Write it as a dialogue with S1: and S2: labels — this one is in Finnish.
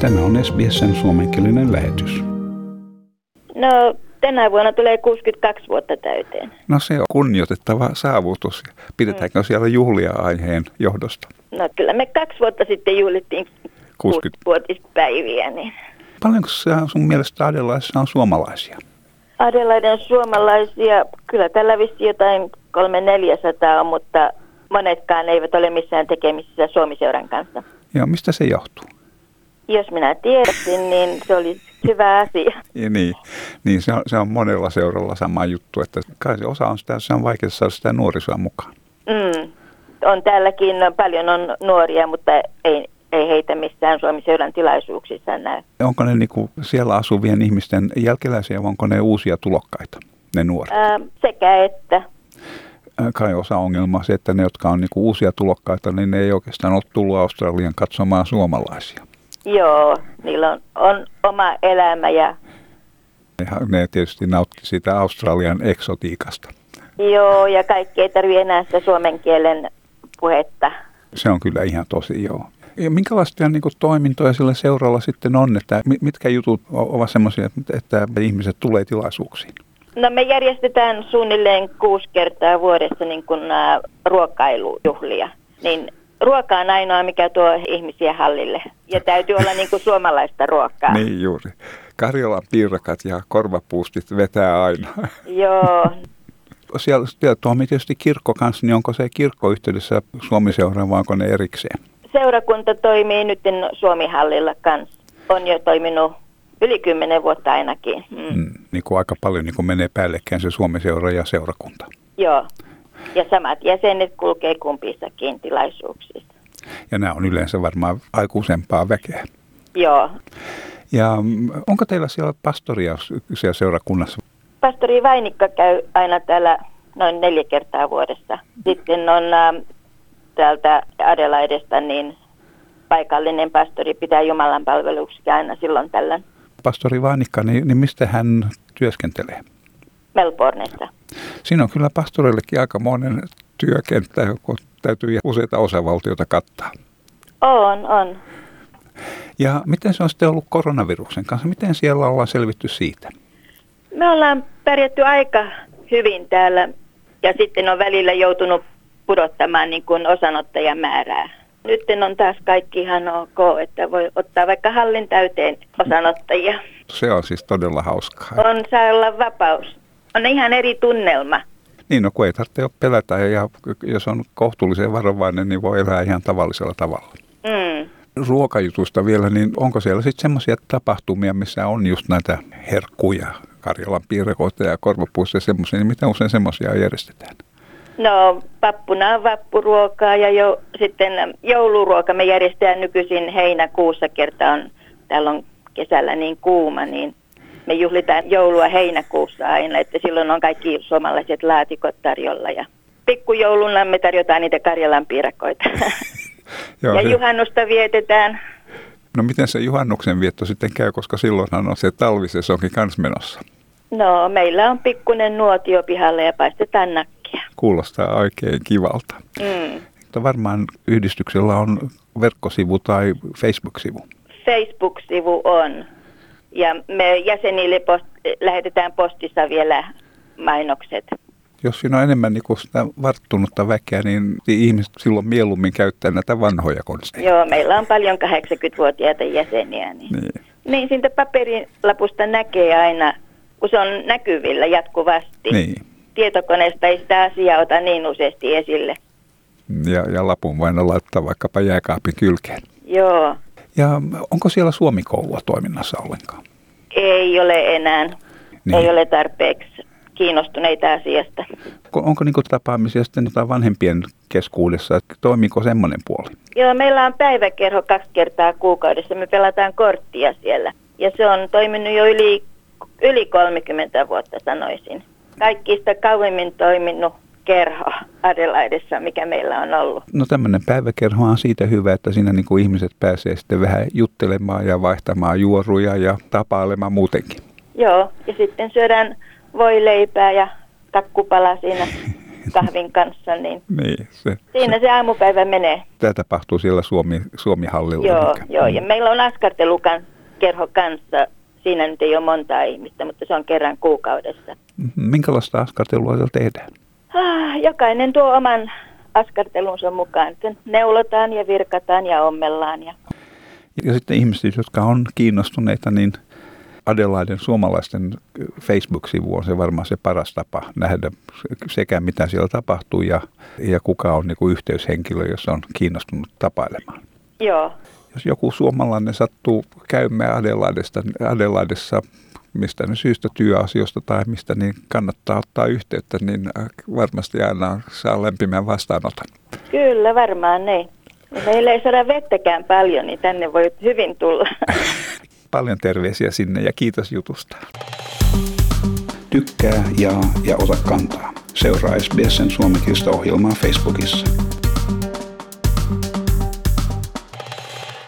S1: Tämä on SBSn suomenkielinen lähetys.
S2: No, tänä vuonna tulee 62 vuotta täyteen.
S1: No se on kunnioitettava saavutus. Pidetäänkö siellä juhlia aiheen johdosta?
S2: No kyllä me kaksi vuotta sitten juhlittiin
S1: 60.
S2: 60-vuotispäiviä, niin
S1: Paljonko sä- sun mielestä Adelaissa on suomalaisia?
S2: Adelaiden on suomalaisia, kyllä tällä vissi jotain 300-400 on, mutta monetkaan eivät ole missään tekemisissä Suomiseuran kanssa.
S1: Joo, mistä se johtuu?
S2: Jos minä tiesin, niin se olisi hyvä asia.
S1: Ja niin, niin se, on, se on monella seuralla sama juttu, että kai se osa on sitä, se on vaikea saada sitä nuorisoa mukaan.
S2: Mm. On täälläkin, no, paljon on nuoria, mutta ei, ei heitä missään Suomiseuran tilaisuuksissa näy.
S1: Onko ne niinku siellä asuvien ihmisten jälkeläisiä vai onko ne uusia tulokkaita, ne nuoret?
S2: Ää, sekä että.
S1: Ää, Kai osa ongelmaa on se, että ne, jotka on niinku uusia tulokkaita, niin ne ei oikeastaan ole tullut Australian katsomaan suomalaisia.
S2: Joo, niillä on, on oma elämä ja
S1: Nehän- Ne tietysti nautti sitä Australian eksotiikasta.
S2: joo, ja kaikki ei tarvitse enää sitä suomen kielen puhetta.
S1: Se on kyllä ihan tosi, joo. Ja minkälaisia niin toimintoja sillä seuralla sitten on, että mi- mitkä jutut o- ovat semmoisia, että ihmiset tulee tilaisuuksiin?
S2: No me järjestetään suunnilleen kuusi kertaa vuodessa niin kuin ää, ruokailujuhlia. Niin ruoka on ainoa, mikä tuo ihmisiä hallille. Ja täytyy olla niin kuin suomalaista ruokaa.
S1: Niin juuri. Karjalan piirakat ja korvapuustit vetää aina.
S2: Joo,
S1: Siellä siellä toimii tietysti kirkko kanssa, niin onko se kirkko yhteydessä Suomiseuraan vai onko ne erikseen?
S2: seurakunta toimii nyt Suomihallilla kanssa. On jo toiminut yli kymmenen vuotta ainakin. Mm.
S1: Mm. Niin kuin aika paljon niin kuin menee päällekkäin se Suomiseura ja seurakunta.
S2: Joo. Ja samat jäsenet kulkee kumpissakin tilaisuuksissa.
S1: Ja nämä on yleensä varmaan aikuisempaa väkeä.
S2: Joo.
S1: Ja mm, onko teillä siellä pastoria siellä seurakunnassa?
S2: Pastori Vainikka käy aina täällä noin neljä kertaa vuodessa. Sitten on ä, täältä Adelaidesta niin paikallinen pastori pitää Jumalan palveluksia aina silloin tällöin
S1: Pastori Vaanikka, niin, niin mistä hän työskentelee?
S2: Melbourneissa.
S1: Siinä on kyllä pastoreillekin aikamoinen työkenttä, kun täytyy useita osavaltiota kattaa.
S2: On, on.
S1: Ja miten se on sitten ollut koronaviruksen kanssa? Miten siellä ollaan selvitty siitä?
S2: Me ollaan pärjätty aika hyvin täällä ja sitten on välillä joutunut pudottamaan niin kuin osanottajamäärää. Nyt on taas kaikki ihan ok, että voi ottaa vaikka hallin täyteen osanottajia.
S1: Se on siis todella hauskaa.
S2: On saa olla vapaus. On ihan eri tunnelma.
S1: Niin, no kun ei tarvitse pelätä ja jos on kohtuullisen varovainen, niin voi elää ihan tavallisella tavalla.
S2: Mm.
S1: Ruokajutusta vielä, niin onko siellä sitten semmoisia tapahtumia, missä on just näitä herkkuja, Karjalan piirakoita ja korvapuusta ja semmoisia, niin mitä usein semmoisia järjestetään?
S2: No, pappuna on vappuruokaa ja jo, sitten jouluruoka me järjestetään nykyisin heinäkuussa kerta on, täällä on kesällä niin kuuma, niin me juhlitaan joulua heinäkuussa aina, että silloin on kaikki suomalaiset laatikot tarjolla ja pikkujouluna me tarjotaan niitä Karjalan piirakoita.
S1: Joo,
S2: ja
S1: se-
S2: juhannusta vietetään.
S1: No miten se juhannuksen vietto sitten käy, koska silloinhan on se talvisesonkin kans menossa.
S2: No, meillä on pikkunen nuotio pihalle ja paistetaan nakkia.
S1: Kuulostaa oikein kivalta.
S2: Mm.
S1: Mutta varmaan yhdistyksellä on verkkosivu tai Facebook-sivu.
S2: Facebook-sivu on. Ja me jäsenille post- lähetetään postissa vielä mainokset.
S1: Jos siinä on enemmän niin sitä varttunutta väkeä, niin ihmiset silloin mieluummin käyttää näitä vanhoja konsteja.
S2: Joo, meillä on paljon 80-vuotiaita jäseniä. Niin,
S1: Niin.
S2: niin siitä paperilapusta näkee aina, kun se on näkyvillä jatkuvasti.
S1: niin.
S2: Tietokoneesta ei sitä asiaa ota niin useasti esille.
S1: Ja, ja lapun vain laittaa vaikkapa jääkaapin kylkeen.
S2: Joo,
S1: Ja onko siellä suomikoulua toiminnassa ollenkaan?
S2: ei ole enää.
S1: Niin.
S2: Niin. Ei ole tarpeeksi kiinnostuneita asiasta.
S1: Onko- Onko niin tapaamisia sitten jotain vanhempien keskuudessa? että Toimiiko semmoinen puoli?
S2: Joo, meillä on päiväkerho kaksi kertaa kuukaudessa. Me pelataan korttia siellä. Ja se on toiminut jo yli, yli 30 vuotta, sanoisin. Kaikista kauemmin toiminut kerho Adelaidessa, mikä meillä on ollut.
S1: No tämmöinen päiväkerho on siitä hyvä, että siinä niin kuin ihmiset pääsee sitten vähän juttelemaan ja vaihtamaan juoruja ja tapailemaan muutenkin.
S2: Joo, ja sitten syödään voileipää ja kakkupala siinä kahvin kanssa, niin
S1: Niin, se.
S2: siinä se aamupäivä menee.
S1: Tämä tapahtuu siellä Suomi, Suomi-hallilla.
S2: Joo,
S1: eli-
S2: joo, ja meillä on askartelukan kerho kanssa. Siinä nyt ei ole monta ihmistä, mutta se on kerran kuukaudessa.
S1: Mhm. Minkälaista askartelua siellä tehdään?
S2: Ah, Jokainen tuo oman askartelunsa mukaan. Sitten neulotaan ja virkataan ja ommellaan. Ja...
S1: Ja sitten ihmiset, jotka on kiinnostuneita, niin Adelaiden suomalaisten Facebook-sivu on se varmaan se paras tapa nähdä sekä mitä siellä tapahtuu ja, ja kuka on niin kuin yhteyshenkilö, jos on kiinnostunut tapailemaan.
S2: Joo,
S1: Jos joku suomalainen sattuu käymään Adelaidesta, Adelaidessa mistä ne syystä työasioista tai mistä, niin kannattaa ottaa yhteyttä, niin varmasti aina saa lämpimän vastaanoton.
S2: kyllä varmaan ne. Meillä ei saada vettäkään paljon, niin tänne voi hyvin tulla.
S1: Paljon terveisiä sinne ja kiitos jutusta. Tykkää, jaa ja ota kantaa. Seuraa SBSn suomenkielistä ohjelmaa Facebookissa.